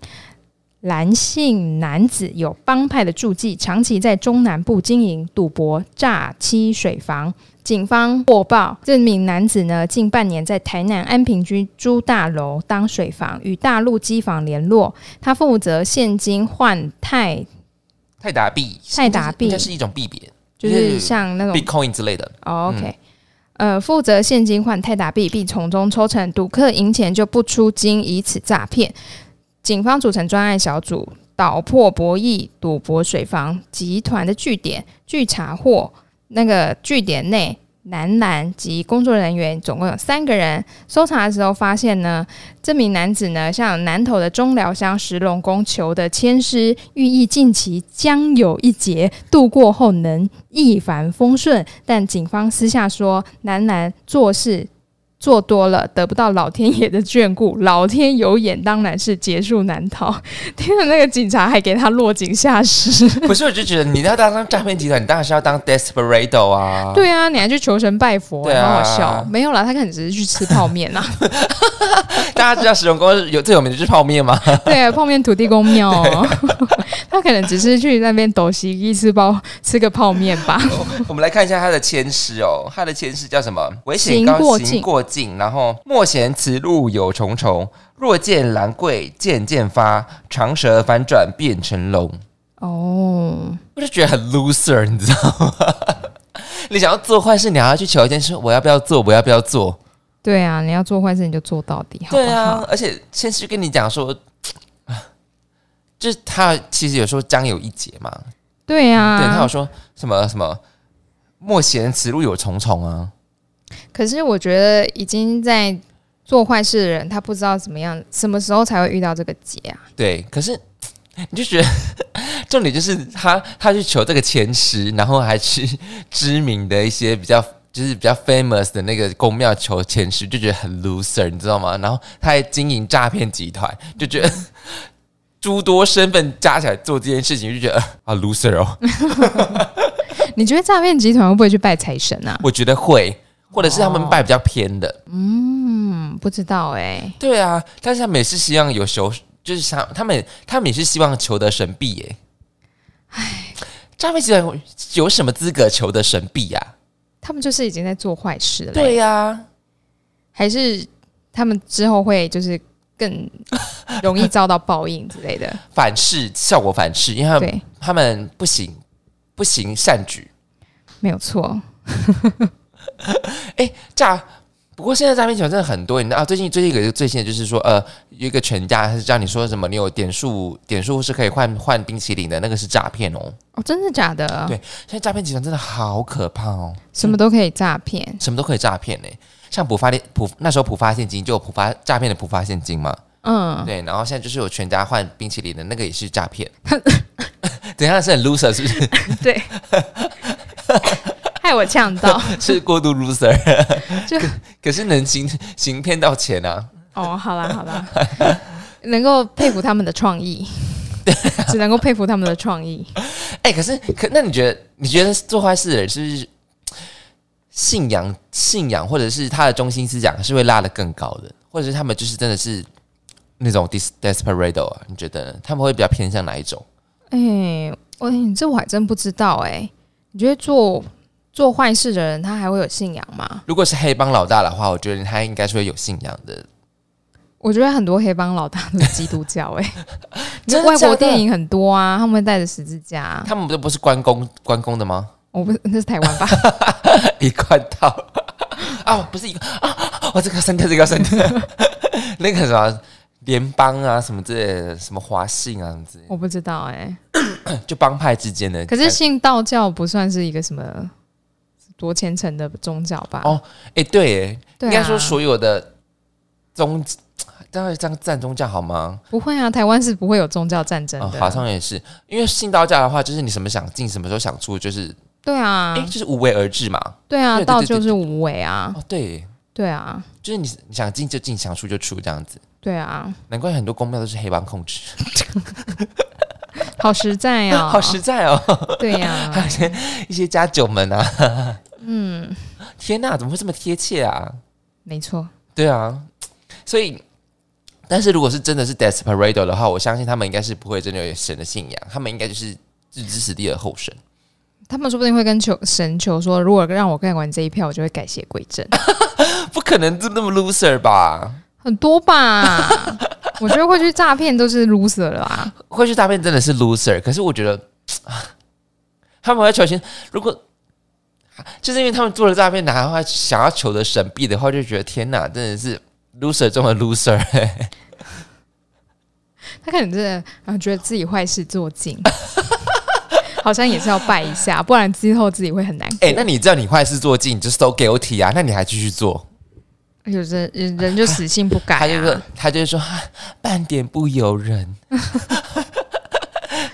Speaker 1: 男性男子有帮派的助记，长期在中南部经营赌博、诈欺水房。警方获报，这名男子呢，近半年在台南安平区朱大楼当水房，与大陆机房联络。他负责现金换泰，
Speaker 2: 泰达币，
Speaker 1: 泰达币嗯
Speaker 2: 应该是一种币别
Speaker 1: 就是像那种
Speaker 2: ，Bitcoin 之类的。
Speaker 1: 哦 OK，、呃，负责现金换泰达币，并从中抽成，赌客赢钱就不出金，以此诈骗。警方组成专案小组，捣破博弈、赌博水房集团的据点，据查获那个据点内。男男及工作人员总共有三个人。搜查的时候发现呢，这名男子呢向南投的中寮乡石龙宫求的签诗，寓意近期将有一劫，度过后能一帆风顺。但警方私下说，男男做事做多了，得不到老天爷的眷顾，老天有眼，当然是劫数难逃。 天哪，那个警察还给他落井下石。
Speaker 2: 不是，我就觉得你要当诈骗集团，你当然是要当 desperado 啊。
Speaker 1: 对 啊，你还去求神拜佛，
Speaker 2: 对啊
Speaker 1: 很好笑。没有啦，他可能只是去吃泡面啊。
Speaker 2: 大家知道石龙宫有最有名的就是泡面吗？
Speaker 1: 对，啊泡面土地公庙哦， 他可能只是去那边抖洗一吃包吃个泡面 吧。
Speaker 2: 我们来看一下他的签诗哦，他的签诗叫什么？危险
Speaker 1: 行
Speaker 2: 高
Speaker 1: 过
Speaker 2: 行
Speaker 1: 境
Speaker 2: 过境，然后莫嫌此路有重重，若见兰桂渐渐发，长蛇反转变成龙。
Speaker 1: 哦，
Speaker 2: 我就觉得很 loser，你知道吗？你想要做坏事，你还要去求一件事，我要不要做？我要不要做？
Speaker 1: 对啊，你要做坏事你就做到底，好不好？
Speaker 2: 对啊，而且先是跟你讲说，啊就是他其实有说将有一劫嘛，
Speaker 1: 对啊
Speaker 2: 对他有说什么什么莫嫌此路有重重啊，
Speaker 1: 可是我觉得已经在做坏事的人，他不知道怎么样，什么时候才会遇到这个劫啊？
Speaker 2: 对，可是 你就觉得 重点就是他他去求这个前十，然后还去知名的一些比较。就是比较 famous 的那个宫庙求前十，就觉得很 loser，你知道吗？然后他还经营诈骗集团，就觉得 诸多身份加起来做这件事情，就觉得啊 loser 哦。
Speaker 1: 你觉得诈骗集团会不会去拜财神啊？
Speaker 2: 我觉得会，或者是他们拜比较偏的，
Speaker 1: 嗯，不知道哎、
Speaker 2: 对啊。但是他们也是希望有求，就是想他们他们也是希望求得神庇耶。哎，诈骗集团有什么资格求得神庇啊呀、
Speaker 1: 他们就是已经在做坏事了、欸。
Speaker 2: 对呀、
Speaker 1: 还是他们之后会就是更容易遭到报应之 类的。
Speaker 2: 反噬效果反噬，因为他们
Speaker 1: 对，
Speaker 2: 他们不行不行善举
Speaker 1: 没有错。
Speaker 2: 诈。不过现在诈骗集团真的很多，你知道啊？最近最近有一个最新的就是说，呃，有一个全家他是叫你说什么，你有点数点数是可以换换冰淇淋的，那个是诈骗哦。
Speaker 1: 哦，真的假的？
Speaker 2: 对现在诈骗集团真的好可怕哦。
Speaker 1: 什么都可以诈骗。
Speaker 2: 什么都可以诈骗呢。像浦发的浦那时候浦发现金就有浦发诈骗的浦发现金嘛，
Speaker 1: 嗯，
Speaker 2: 对，然后现在就是有全家换冰淇淋的那个也是 诈骗。等一下是很 loser 是不是？
Speaker 1: 对， 害我呛到。
Speaker 2: 是过度 loser，
Speaker 1: 就
Speaker 2: 可可是能行行骗到钱啊？
Speaker 1: 哦，好啦好 啦，能够佩服他们的创意，
Speaker 2: 啊
Speaker 1: 只能够佩服他们的创意。
Speaker 2: 哎、可是可那你觉得你觉得做坏事的人是不是信仰信仰或者是他的中心思想是会拉得更高的，或者是他们就是真的是那种 dis desperado 啊？你觉得呢他们会比较偏向哪一种？
Speaker 1: 哎、我你这我还真不知道哎、你觉得做做坏事的人他还会有信仰吗？
Speaker 2: 如果是黑帮老大的话，我觉得他应该是会有信仰的。
Speaker 1: 我觉得很多黑帮老大都是基督教哎、你
Speaker 2: 真
Speaker 1: 看
Speaker 2: 的
Speaker 1: 外
Speaker 2: 假
Speaker 1: 国
Speaker 2: 的
Speaker 1: 电影很多啊，他们会带着十字架啊。
Speaker 2: 他们都不是关公关公的吗？
Speaker 1: 我不是那是台湾吧？
Speaker 2: 一贯道 啊，不是一个啊，我、这个删掉，这个要删掉。那个什么联邦啊，什么之类的，什么华信啊，什么之类
Speaker 1: 我不知道哎、
Speaker 2: 的，就帮派之间的。
Speaker 1: 可是信道教不算是一个什么多虔诚的宗教吧？
Speaker 2: 哦哎、对耶，
Speaker 1: 对啊
Speaker 2: 应该说所有的宗，当然这样赞宗教好吗？
Speaker 1: 不会啊，台湾是不会有宗教战争
Speaker 2: 啊、
Speaker 1: 的。
Speaker 2: 好像也是，因为信道教的话，就是你什么想进，什么时候想出，就是
Speaker 1: 对啊
Speaker 2: 哎、，就是无为而治嘛。
Speaker 1: 对啊，
Speaker 2: 对对对
Speaker 1: 道就是无为啊，
Speaker 2: 哦，对耶，
Speaker 1: 对啊，
Speaker 2: 就是你你想进就进，想出就出这样子。
Speaker 1: 对啊，
Speaker 2: 难怪很多公庙都是黑帮控制，
Speaker 1: 好实在啊，
Speaker 2: 好实在哦。
Speaker 1: 对呀、
Speaker 2: 还有一些一些家酒们啊，
Speaker 1: 嗯，
Speaker 2: 天哪，怎么会这么贴切啊？
Speaker 1: 没错，
Speaker 2: 对啊，所以，但是如果是真的是 desperado 的话，我相信他们应该是不会真的有神的信仰，他们应该就是置之死地而后生。
Speaker 1: 他们说不定会跟求神求说，如果让我盖完这一票，我就会改邪归正，
Speaker 2: 不可能就那么 loser 吧？
Speaker 1: 很多 吧？我觉得会去诈骗都是 loser 了啊啦，
Speaker 2: 会去大便真的是 loser，可是我觉得他们会求钱，如果。就是因为他们做了诈骗，然后还想要求得神庇的话，就觉得天哪，真的是 loser 中的 loser、
Speaker 1: 他他可能真的啊觉得自己坏事做尽， 好像也是要拜一下，不然之后自己会很难过。
Speaker 2: 哎、那你知道你坏事做尽，你就是 so guilty 啊，那你还继续做？
Speaker 1: 有人人人就死性不改、啊，
Speaker 2: 他就说，他就说，啊半点不由人，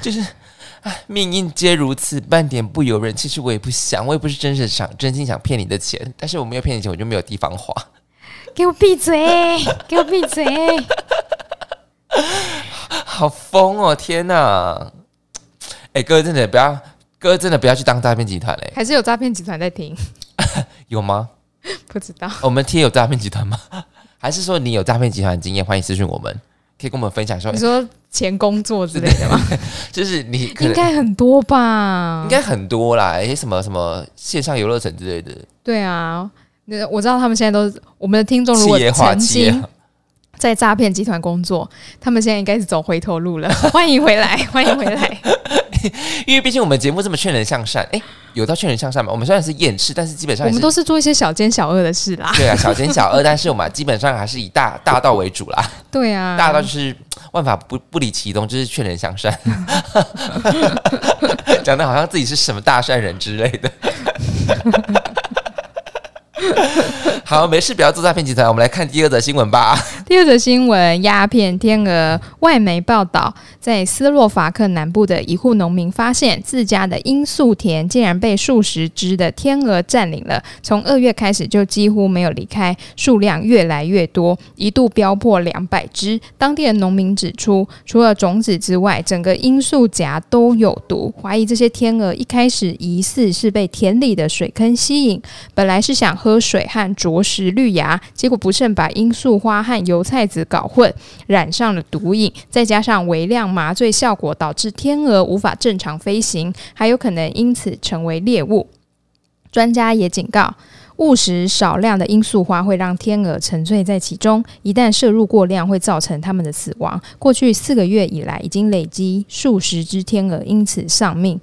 Speaker 2: 就是。啊命运皆如此，半点不由人。其实我也不想，我也不是真是想真心想骗你的钱，但是我没有骗你钱，我就没有地方花。
Speaker 1: 给我闭嘴， 给我闭嘴。
Speaker 2: 好疯哦！天哪！哎、各位真的不要，各位真的不要去当诈骗集团嘞、
Speaker 1: 还是有诈骗集团在听，
Speaker 2: 有吗？
Speaker 1: 不知 道。
Speaker 2: 我们 T 有诈骗集团吗？ 还是说你有诈骗集团的经验？欢迎私讯我们，可以跟我们分享说
Speaker 1: 你，说前工作之类的吗？
Speaker 2: 就是你 可
Speaker 1: 应
Speaker 2: 能
Speaker 1: 该嗯很多吧？
Speaker 2: 应该很多啦，一些什么什么线上游乐城之类的，
Speaker 1: 对啊。那我知道他们现在都是我们的听众，如
Speaker 2: 企
Speaker 1: 果
Speaker 2: 业化
Speaker 1: 曾
Speaker 2: 企业
Speaker 1: 经在诈骗集团工作，他们现在应该是走回头路了。欢迎回来，欢迎回来。
Speaker 2: 因为毕竟我们节目这么劝人向善，哎、有到劝人向善吗？我们虽然是厌世，但是基本上
Speaker 1: 我
Speaker 2: 也
Speaker 1: 们
Speaker 2: 是
Speaker 1: 都是做一些小奸小恶的事啦。
Speaker 2: 对啊，小奸小恶，但是我们基本上还是以大大道为主啦，
Speaker 1: 对啊，
Speaker 2: 大道就是万法不不离其宗，就是劝人向善， 讲的好像自己是什么大善人之类的。 好，没事，不要做诈骗集团。我们来看第二则新闻吧。
Speaker 1: 第二则新闻：鸦片天鹅。外媒报道，在斯洛伐克南部的一户农民发现自家的罂粟田竟然被数十只的天鹅占领了，从二月开始就几乎没有离开，数量越来越多，一度飙破两百只。当地的农民指出，除了种子之外，整个罂粟荚都有毒，怀疑这些天鹅一开始疑似是被田里的水坑吸引，本来是想喝水和啄食绿芽，结果不慎把罂粟花和油菜籽搞混，染上了毒瘾，再加上微量麻醉效果，导致天鹅无法正常飞行，还有可能因此成为猎物。专家也警告。误食少量的罂粟花会让天鹅沉醉在其中，一旦摄入过量，会造成它们的死亡。过去四个月以来，已经累积数十只天鹅因此丧命。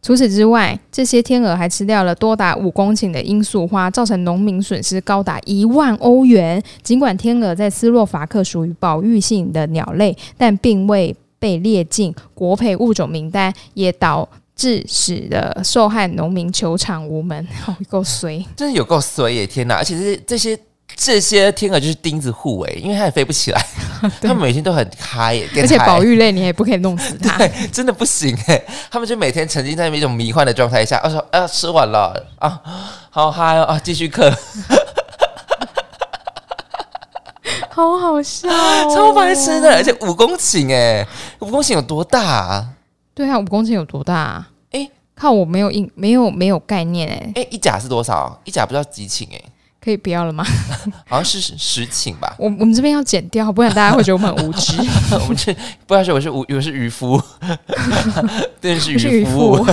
Speaker 1: 除此之外，这些天鹅还吃掉了多达五公顷的罂粟花，造成农民损失高达一万欧元。尽管天鹅在斯洛伐克属于保育性的鸟类，但并未被列进国培物种名单，也导致使得受害农民求偿无门。 好够衰！
Speaker 2: 真的有够衰耶！天哪，而且这这些这些天鹅就是钉子户哎，因为它也飞 不起来，它们每天都很嗨耶，
Speaker 1: 而且保
Speaker 2: 育
Speaker 1: 育类你也不可以弄死它。
Speaker 2: 真的不行哎，他们就每天沉浸在一种迷幻的状态下，啊说啊吃完了啊，好嗨哦啊，继续嗑，
Speaker 1: 好好笑、哦，
Speaker 2: 超白痴的，而且五公顷哎，五公顷有多大、啊？
Speaker 1: 对啊，五公斤有多大、啊？
Speaker 2: 诶
Speaker 1: 靠，我没有印，没有没有概念哎、
Speaker 2: 哎、一甲是多少？一甲不知道几顷哎，
Speaker 1: 可以不要了吗？。
Speaker 2: 好像是十十顷吧
Speaker 1: 我我们这边要剪掉，不然大家会觉得我们很无 知。
Speaker 2: 我们这不要说我是我我是渔夫， 真的是
Speaker 1: 不是渔
Speaker 2: 渔夫
Speaker 1: 夫，，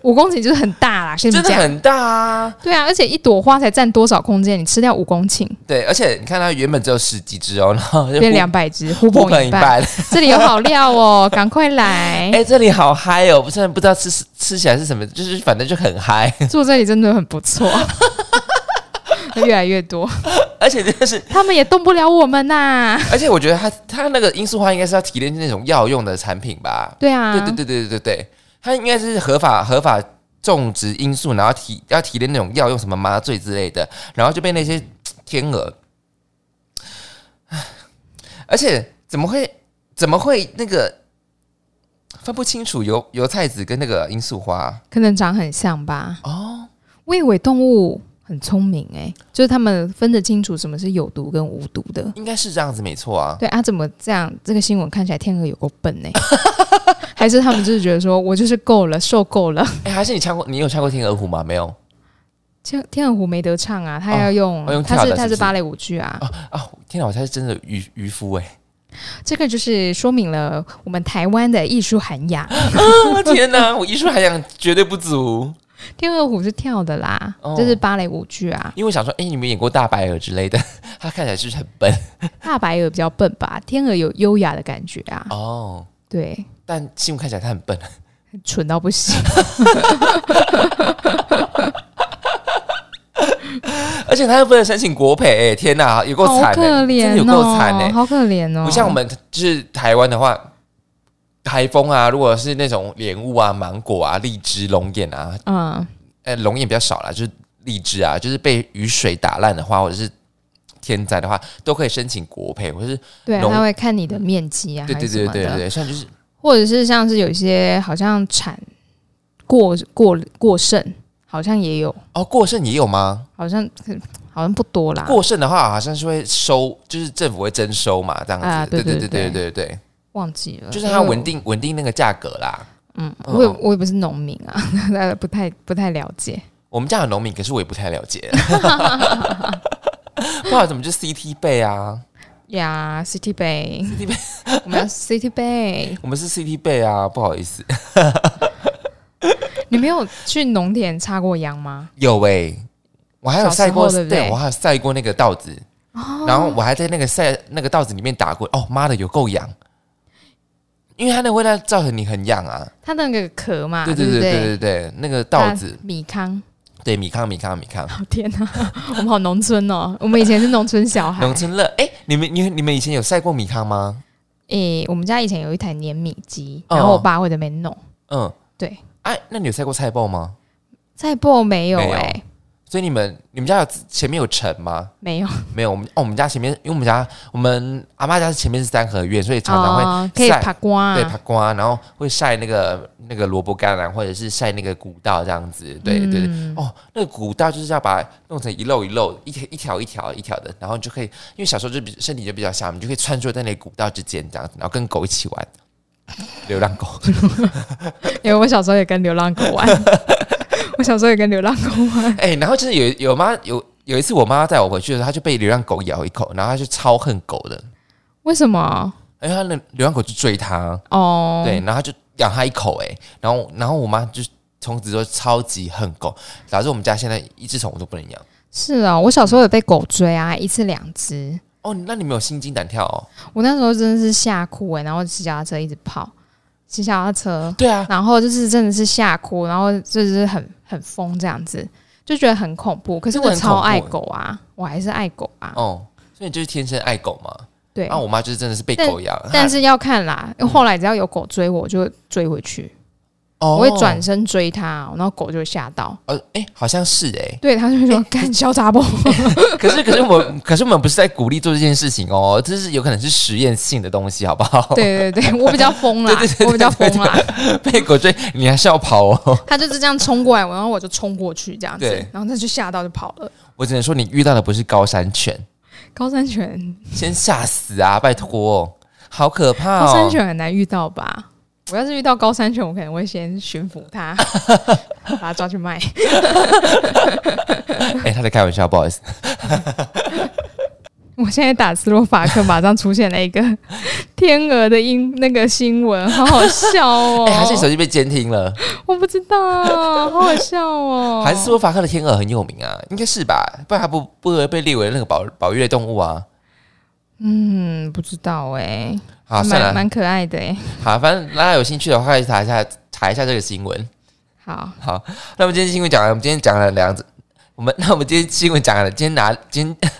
Speaker 1: 五公顷就是很大啦，跟你
Speaker 2: 真的
Speaker 1: 讲。
Speaker 2: 很大啊。
Speaker 1: 对啊，而且一朵花才占多少空间？你吃掉五公顷，
Speaker 2: 对，而且你看它原本只有十几只哦，然后就
Speaker 1: 变两百只，互
Speaker 2: 不
Speaker 1: 捧
Speaker 2: 可
Speaker 1: 一
Speaker 2: 一
Speaker 1: 半。
Speaker 2: 半。
Speaker 1: 这里有好料 哦，赶快来
Speaker 2: 哎、！这里好嗨哦！不是不知道吃吃起来是什么，就是反正就很嗨，
Speaker 1: 住这里真的很不错， 越来越多，
Speaker 2: 而且真的是，
Speaker 1: 他们也动不了我们呐、
Speaker 2: 而且我觉得它它那个罂粟花应该是要提炼那种药用的产品吧？
Speaker 1: 对啊，
Speaker 2: 对对对对对对，它应该是合法合法种植罂粟，然后提要提炼那种药用什么麻醉之类的，然后就被那些嘖天鹅，唉而且怎么会怎么会那个分不清楚油油菜籽跟那个罂粟花
Speaker 1: 可能长很像吧。
Speaker 2: 哦？
Speaker 1: 我以为动物很聪明哎、就是他们分得清楚什么是有毒跟无毒的。
Speaker 2: 应该是这样子没错啊。
Speaker 1: 对啊，怎么这样？这个新闻看起来天鹅有够笨哎、 还是他们就是觉得说我就是够了，受够了。
Speaker 2: 哎、还是你唱过你有唱过天鹅湖吗？没有
Speaker 1: 天天鹅湖没得唱啊，他要用，
Speaker 2: 哦用
Speaker 1: 他
Speaker 2: 跳的
Speaker 1: 他
Speaker 2: 是不
Speaker 1: 是
Speaker 2: 是
Speaker 1: 芭蕾舞剧啊，
Speaker 2: 啊！天哪，我才是真的渔渔夫哎、
Speaker 1: 这个就是说明了我们台湾的艺术涵 养。
Speaker 2: 啊 天 哪，我艺术涵养绝对不足。
Speaker 1: 天鹅湖是跳的啦，
Speaker 2: 哦
Speaker 1: 这是芭蕾舞剧啊。
Speaker 2: 因为我想说，哎、你们演过大白鹅之类的， 他看起来是不是很笨
Speaker 1: 大白鹅比较笨吧，天鹅有优雅的感觉啊，
Speaker 2: 哦。
Speaker 1: 对，
Speaker 2: 但新闻看起来他很笨，啊
Speaker 1: 蠢到不行。
Speaker 2: 而且他又不能申请国赔、哎天哪，有够
Speaker 1: 好
Speaker 2: 惨、哎
Speaker 1: 可
Speaker 2: 真
Speaker 1: 怜
Speaker 2: 的有够惨哎、
Speaker 1: 哦，好可怜哦，
Speaker 2: 不像我们就是台湾的话，台风啊，如果是那种莲雾啊、芒果啊、荔枝、龙眼啊，
Speaker 1: 嗯，
Speaker 2: 呃，龙眼比较少啦，就是荔枝啊，就是被雨水打烂的话，或者是天灾的话，都可以申请国赔，或者是
Speaker 1: 对啊，
Speaker 2: 农
Speaker 1: 他会看你的面积啊，
Speaker 2: 对
Speaker 1: 还
Speaker 2: 对
Speaker 1: 是
Speaker 2: 对
Speaker 1: 什么
Speaker 2: 对对
Speaker 1: 的，
Speaker 2: 对，像就是
Speaker 1: 或者是像是有一些好像产过过过剩，好像也有，
Speaker 2: 哦，过剩也有吗？
Speaker 1: 好像好像不多啦。
Speaker 2: 过剩的话好像是会收，就是政府会征收嘛，这样子。
Speaker 1: 啊对
Speaker 2: 对
Speaker 1: 对
Speaker 2: 对
Speaker 1: 对
Speaker 2: 对对对
Speaker 1: 忘记了，
Speaker 2: 就是它稳
Speaker 1: 稳定。
Speaker 2: 定稳定那个价格啦。
Speaker 1: 嗯，
Speaker 2: 嗯
Speaker 1: 我也我也不是农民啊， 大家不太不太了解。
Speaker 2: 我们家有农民，可是我也不太了 解，不知道怎么就 CT 倍啊，
Speaker 1: 呀、c i t y Bay，City Bay，我们要 City Bay。
Speaker 2: 我们是 CT 倍啊，不好意思。
Speaker 1: 你没有去农田插过秧吗？
Speaker 2: 有哎、我还有晒过，
Speaker 1: 小时候对不对哦
Speaker 2: 我还有晒过那个稻子，然后我还在那个晒那个稻子里面打过，哦妈的，有够痒，因为它那个味道造成你很痒啊，
Speaker 1: 它那个壳嘛，
Speaker 2: 对
Speaker 1: 啊对
Speaker 2: 对
Speaker 1: 不
Speaker 2: 对对对对，那个稻子
Speaker 1: 它，米糠。
Speaker 2: 对米糠米糠米糠，
Speaker 1: 哦天哪、我们好农村哦，我们以前是农村小孩。
Speaker 2: 农村乐，哎、你们你你们以前有晒过米糠吗？
Speaker 1: 诶、我们家以前有一台碾米机，
Speaker 2: 哦
Speaker 1: 然后我爸会在那边弄。
Speaker 2: 嗯，
Speaker 1: 对，
Speaker 2: 哎、那你有晒过菜爆吗？
Speaker 1: 再不没有
Speaker 2: 没有
Speaker 1: 哎、
Speaker 2: 所以你们你们家有前面有城吗？
Speaker 1: 没有，
Speaker 2: 没有，我们哦，我们家前面，因为我们家我们阿妈家是前面是三合院，所以常常会
Speaker 1: 哦、可以
Speaker 2: 晒
Speaker 1: 爬瓜、
Speaker 2: 对，爬瓜，然后会晒那个那个萝卜干啊，或者是晒那个古道这样子。对对对，
Speaker 1: 嗯
Speaker 2: 哦，那个古道就是要把它弄成一漏一漏、一条一条一条一条的，然后你就可以，因为小时候就比身体就比较小，你就可以穿梭在那个古道之间这样子，然后跟狗一起玩。流浪狗，
Speaker 1: 因为我小时候也跟流浪狗 玩，我小时候也跟流浪狗玩。
Speaker 2: 哎、然后就是有有妈有有一次我妈带我回去的时候，她就被流浪狗咬一口，然后她就超恨狗的，
Speaker 1: 为什么？
Speaker 2: 因为哎她那流浪狗就追她，
Speaker 1: 哦，
Speaker 2: 对，，然后他就咬他一口、欸，然后然后我妈就从此就超级恨狗，导致我们家现在一只宠物都不能养。
Speaker 1: 是哦，我小时候有被狗追啊，一次两只。
Speaker 2: 哦，那你们有心惊胆跳哦？
Speaker 1: 我那时候真的是吓哭哎、然后骑脚踏车一直跑，骑脚踏车，
Speaker 2: 对啊，
Speaker 1: 然后就是真的是吓哭，然后就是很很疯这样子，就觉得很恐怖。可是
Speaker 2: 真的
Speaker 1: 我
Speaker 2: 很
Speaker 1: 超
Speaker 2: 恐怖
Speaker 1: 爱
Speaker 2: 欸
Speaker 1: 狗啊，我还是爱狗啊，
Speaker 2: 哦，所以你就是天生爱狗嘛。啊
Speaker 1: 对。
Speaker 2: 然后我妈就是真的是被狗咬，
Speaker 1: 但
Speaker 2: 是
Speaker 1: 是要看啦，后来只要有狗追我，我就追回去，
Speaker 2: 我
Speaker 1: 我会转。身追它，然后狗就会吓到，
Speaker 2: 哦，哎、好像是哎、
Speaker 1: 对，它就会说：“干小杂包。”
Speaker 2: 可是可是我可是我们不是在鼓励做这件事情哦，这是有可能是实验性的东西，好不好？，
Speaker 1: 对对对，我比较疯啦，我比较疯啦。
Speaker 2: 被狗追你还是要跑哦。
Speaker 1: 他就是这样冲过来，然后我就冲过去这样子
Speaker 2: 对，
Speaker 1: 然后他就吓到就跑了。
Speaker 2: 我只能说你遇到的不是高山犬，
Speaker 1: 高山犬，
Speaker 2: 先吓死啊！拜托、好可怕哦！
Speaker 1: 高山犬很难遇到吧？我要是遇到高山犬，我可能会先驯服 它，把它抓去卖。
Speaker 2: 哎、他在开玩笑，不好意思。
Speaker 1: 我现在打斯洛伐克，马上出现了一 个天鹅的音那个新闻，好好笑哦！
Speaker 2: 哎、还是你手机被监听了？
Speaker 1: 我不知道，啊好好笑哦！
Speaker 2: 还是斯洛伐克的天鹅很有名啊？应该是吧？不然它不不会被列为那个保保育类动物啊？
Speaker 1: 嗯，不知道哎、
Speaker 2: 好，算
Speaker 1: 蛮
Speaker 2: 了，
Speaker 1: 蛮可爱的哎、
Speaker 2: 好，反正大家有兴趣的话，可以查一下查一下这个新闻。
Speaker 1: 好，
Speaker 2: 好，那么今天新闻讲了，我们今天讲了两，我们 那我们今天新闻讲了，今天拿今天，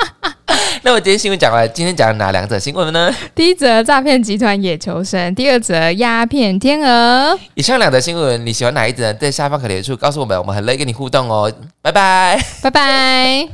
Speaker 2: 那我今天新闻讲了，今天讲了哪两则新闻呢？
Speaker 1: 第一则诈骗集团野求生，第二则鸦片天鹅。
Speaker 2: 以上两则新闻，你喜欢哪一则呢？在下方可留言处告诉我们，我们很乐意跟你互动哦。拜拜。
Speaker 1: 拜拜。